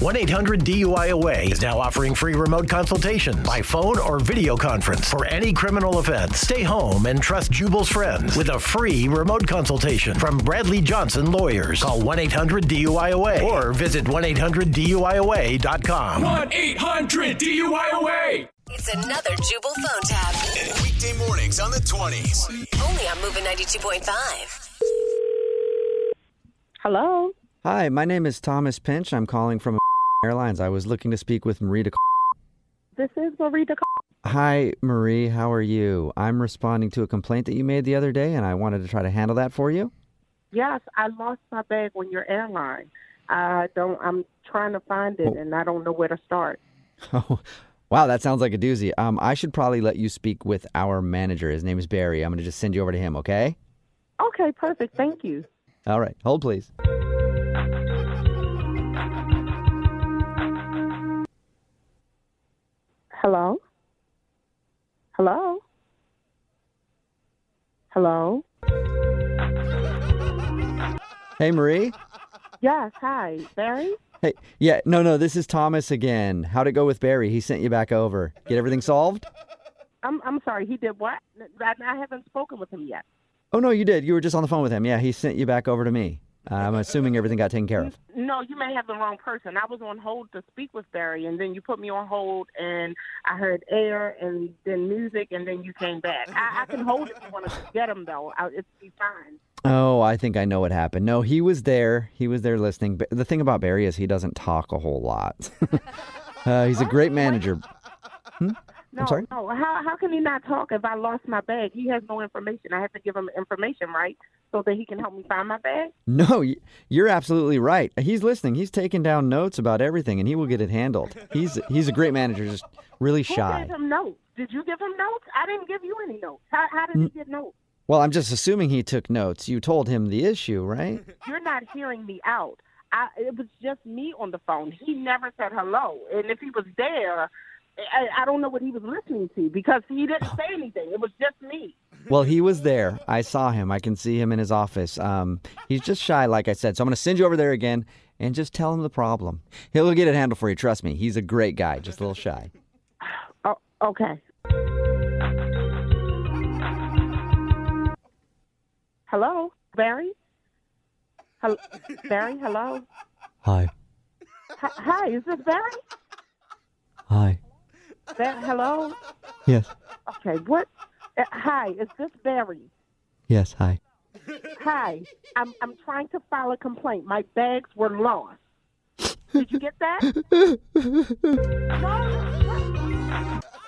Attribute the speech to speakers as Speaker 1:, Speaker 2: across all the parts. Speaker 1: 1 800 DUIOA is now offering free remote consultations by phone or video conference for any criminal offense. Stay home and trust Jubal's friends with a free remote consultation from Bradley Johnson Lawyers. Call 1 800 DUIOA or visit 1 800 DUIOA.com.
Speaker 2: 1 800 DUIOA.
Speaker 3: It's another Jubal phone tab.
Speaker 4: Weekday mornings on the 20s.
Speaker 3: Only on Moving 92.5.
Speaker 5: Hello.
Speaker 6: Hi, my name is Thomas Pinch. I'm calling from Airlines. I was looking to speak with Marie. De-
Speaker 5: This is Marita. Call-
Speaker 6: Hi, Marie. How are you? I'm responding to a complaint that you made the other day, and I wanted to try to handle that for you.
Speaker 5: yes, I lost my bag on your airline. I don't. I'm trying to find it, and I don't know where to start.
Speaker 6: Oh, wow, that sounds like a doozy. Um, I should probably let you speak with our manager. His name is Barry. I'm going to just send you over to him. Okay?
Speaker 5: Okay, perfect. Thank you.
Speaker 6: All right. Hold, please.
Speaker 5: Hello. Hello. Hello.
Speaker 6: Hey, Marie.
Speaker 5: Yes. Hi, Barry.
Speaker 6: Hey, yeah, no, no, this is Thomas again. How'd it go with Barry? He sent you back over. Get everything solved?
Speaker 5: I'm. I'm sorry. He did what? I, I haven't spoken with him yet.
Speaker 6: Oh, no, you did. You were just on the phone with him. Yeah, he sent you back over to me. Uh, I'm assuming everything got taken care of.
Speaker 5: No, you may have the wrong person. I was on hold to speak with Barry, and then you put me on hold, and I heard air, and then music, and then you came back. I, I can hold if you want to get him, though. I, it's be fine.
Speaker 6: Oh, I think I know what happened. No, he was there. He was there listening. But the thing about Barry is he doesn't talk a whole lot. uh, he's a great
Speaker 5: Oh.
Speaker 6: manager.
Speaker 5: No,
Speaker 6: sorry?
Speaker 5: no. How how can he not talk if I lost my bag? He has no information. I have to give him information, right, so that he can help me find my bag.
Speaker 6: No, y- you're absolutely right. He's listening. He's taking down notes about everything, and he will get it handled. He's he's a great manager. Just really
Speaker 5: Who
Speaker 6: shy.
Speaker 5: gave him notes? Did you give him notes? I didn't give you any notes. How how did he get notes?
Speaker 6: Well, I'm just assuming he took notes. You told him the issue, right?
Speaker 5: you're not hearing me out. I, it was just me on the phone. He never said hello. And if he was there, I, I don't know what he was listening to because he didn't say anything. It was just me.
Speaker 6: Well, he was there. I saw him. I can see him in his office. Um, he's just shy, like I said. So I'm going to send you over there again and just tell him the problem. He'll get it handled for you. Trust me. He's a great guy, just a little shy.
Speaker 5: Oh, okay. Hello, Barry. Hello, Barry. Hello.
Speaker 6: Hi.
Speaker 5: Hi- Hi, is this Barry?
Speaker 6: Hi.
Speaker 5: Bar- hello.
Speaker 6: Yes.
Speaker 5: Okay. What? Uh, hi, is this Barry?
Speaker 6: Yes. Hi.
Speaker 5: Hi, I'm I'm trying to file a complaint. My bags were lost. Did you get that?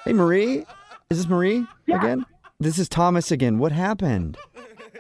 Speaker 6: Hey, Marie. Is this Marie
Speaker 5: Yeah.
Speaker 6: again? This is Thomas again. What happened?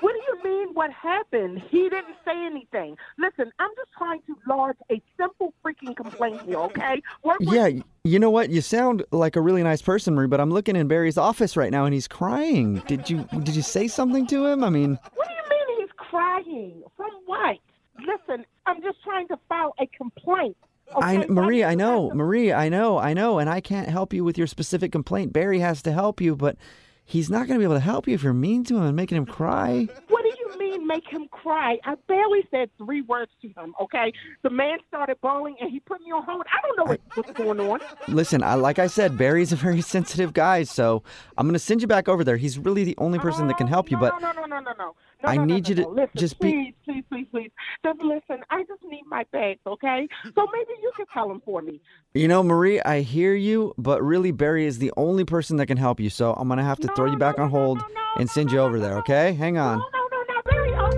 Speaker 5: What do you mean? What happened? He didn't say anything. Listen, I'm just trying to lodge a simple freaking complaint here. Okay? Work with-
Speaker 6: Yeah. y- You know what? You sound like a really nice person, Marie, but I'm looking in Barry's office right now and he's crying. Did you did you say something to him? I mean,
Speaker 5: What do you mean he's crying? From what? Listen, I'm just trying to file a complaint.
Speaker 6: I,
Speaker 5: okay?
Speaker 6: Marie,
Speaker 5: Why do
Speaker 6: I
Speaker 5: you
Speaker 6: know,
Speaker 5: have to-
Speaker 6: Marie, I know, I know, and I can't help you with your specific complaint. Barry has to help you, but he's not going to be able to help you if you're mean to him and making him cry.
Speaker 5: What do you mean make him cry? I barely said three words to him, okay? The man started bawling and he put me on hold. I don't know what, what's going on.
Speaker 6: Listen, I, like I said, Barry's a very sensitive guy, so I'm going to send you back over there. He's really the only person that can help you,
Speaker 5: No,
Speaker 6: but
Speaker 5: no, no, no, no, no, no.
Speaker 6: I
Speaker 5: no, no,
Speaker 6: need
Speaker 5: no,
Speaker 6: you to
Speaker 5: no. listen,
Speaker 6: just be-
Speaker 5: please, please, please, please. Just listen. I just need my bags, okay? So maybe you could tell him for me.
Speaker 6: you know, Marie, I hear you, but really, Barry is the only person that can help you, so I'm going to have to
Speaker 5: No,
Speaker 6: throw you
Speaker 5: no,
Speaker 6: back
Speaker 5: no,
Speaker 6: on
Speaker 5: no, no,
Speaker 6: hold
Speaker 5: no,
Speaker 6: and
Speaker 5: no,
Speaker 6: send you
Speaker 5: no,
Speaker 6: over
Speaker 5: no,
Speaker 6: there,
Speaker 5: no.
Speaker 6: okay? Hang
Speaker 5: No,
Speaker 6: on.
Speaker 5: no, no, no, very. Oh.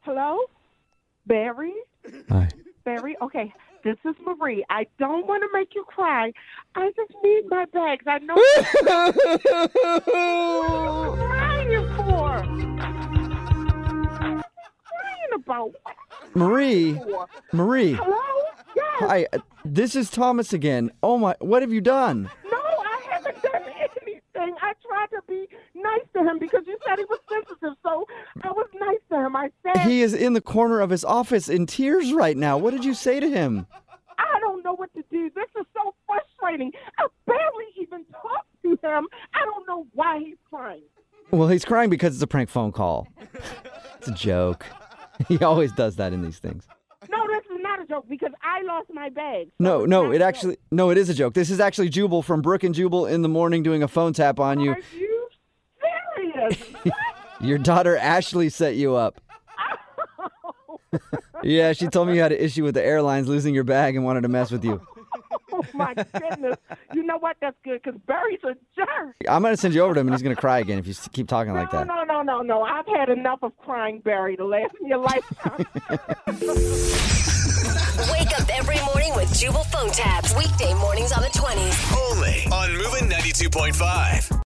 Speaker 5: Hello, Barry.
Speaker 6: Hi.
Speaker 5: Barry, okay, this is Marie. I don't want to make you cry. I just need my bags. I know what you're crying for. What are you crying about? What
Speaker 6: Marie,
Speaker 5: are you for?
Speaker 6: Marie.
Speaker 5: Hello? Yes.
Speaker 6: Hi, uh, this is Thomas again. Oh my, what have you done?
Speaker 5: No, I haven't done anything. I tried to be nice to him because you said he was sensitive, so I was nice to him. I said,
Speaker 6: He is in the corner of his office in tears right now. What did you say to him?
Speaker 5: I don't know what to do. This is so frustrating. I barely even talked to him. I don't know why he's crying.
Speaker 6: Well, he's crying because it's a prank phone call. It's a joke. He always does that in these things.
Speaker 5: joke because I lost my bag. So
Speaker 6: No,
Speaker 5: it's
Speaker 6: no,
Speaker 5: not
Speaker 6: it
Speaker 5: a
Speaker 6: actually no, it is a joke. This is actually Jubal from Brook and Jubal in the morning doing a phone tap on
Speaker 5: joke.
Speaker 6: you.
Speaker 5: Are you serious?
Speaker 6: Your daughter Ashley set you up. yeah, she told me you had an issue with the airlines losing your bag and wanted to mess with you.
Speaker 5: oh my goodness! You know what? That's good because Barry's a jerk.
Speaker 6: I'm gonna send you over to him and he's gonna cry again if you s- keep talking like
Speaker 5: No,
Speaker 6: that.
Speaker 5: no, no, no, no. I've had enough of crying Barry to last me a lifetime.
Speaker 3: Wake up every morning with Jubal phone tabs. Weekday mornings on the 20s.
Speaker 4: Only on Moving 92.5.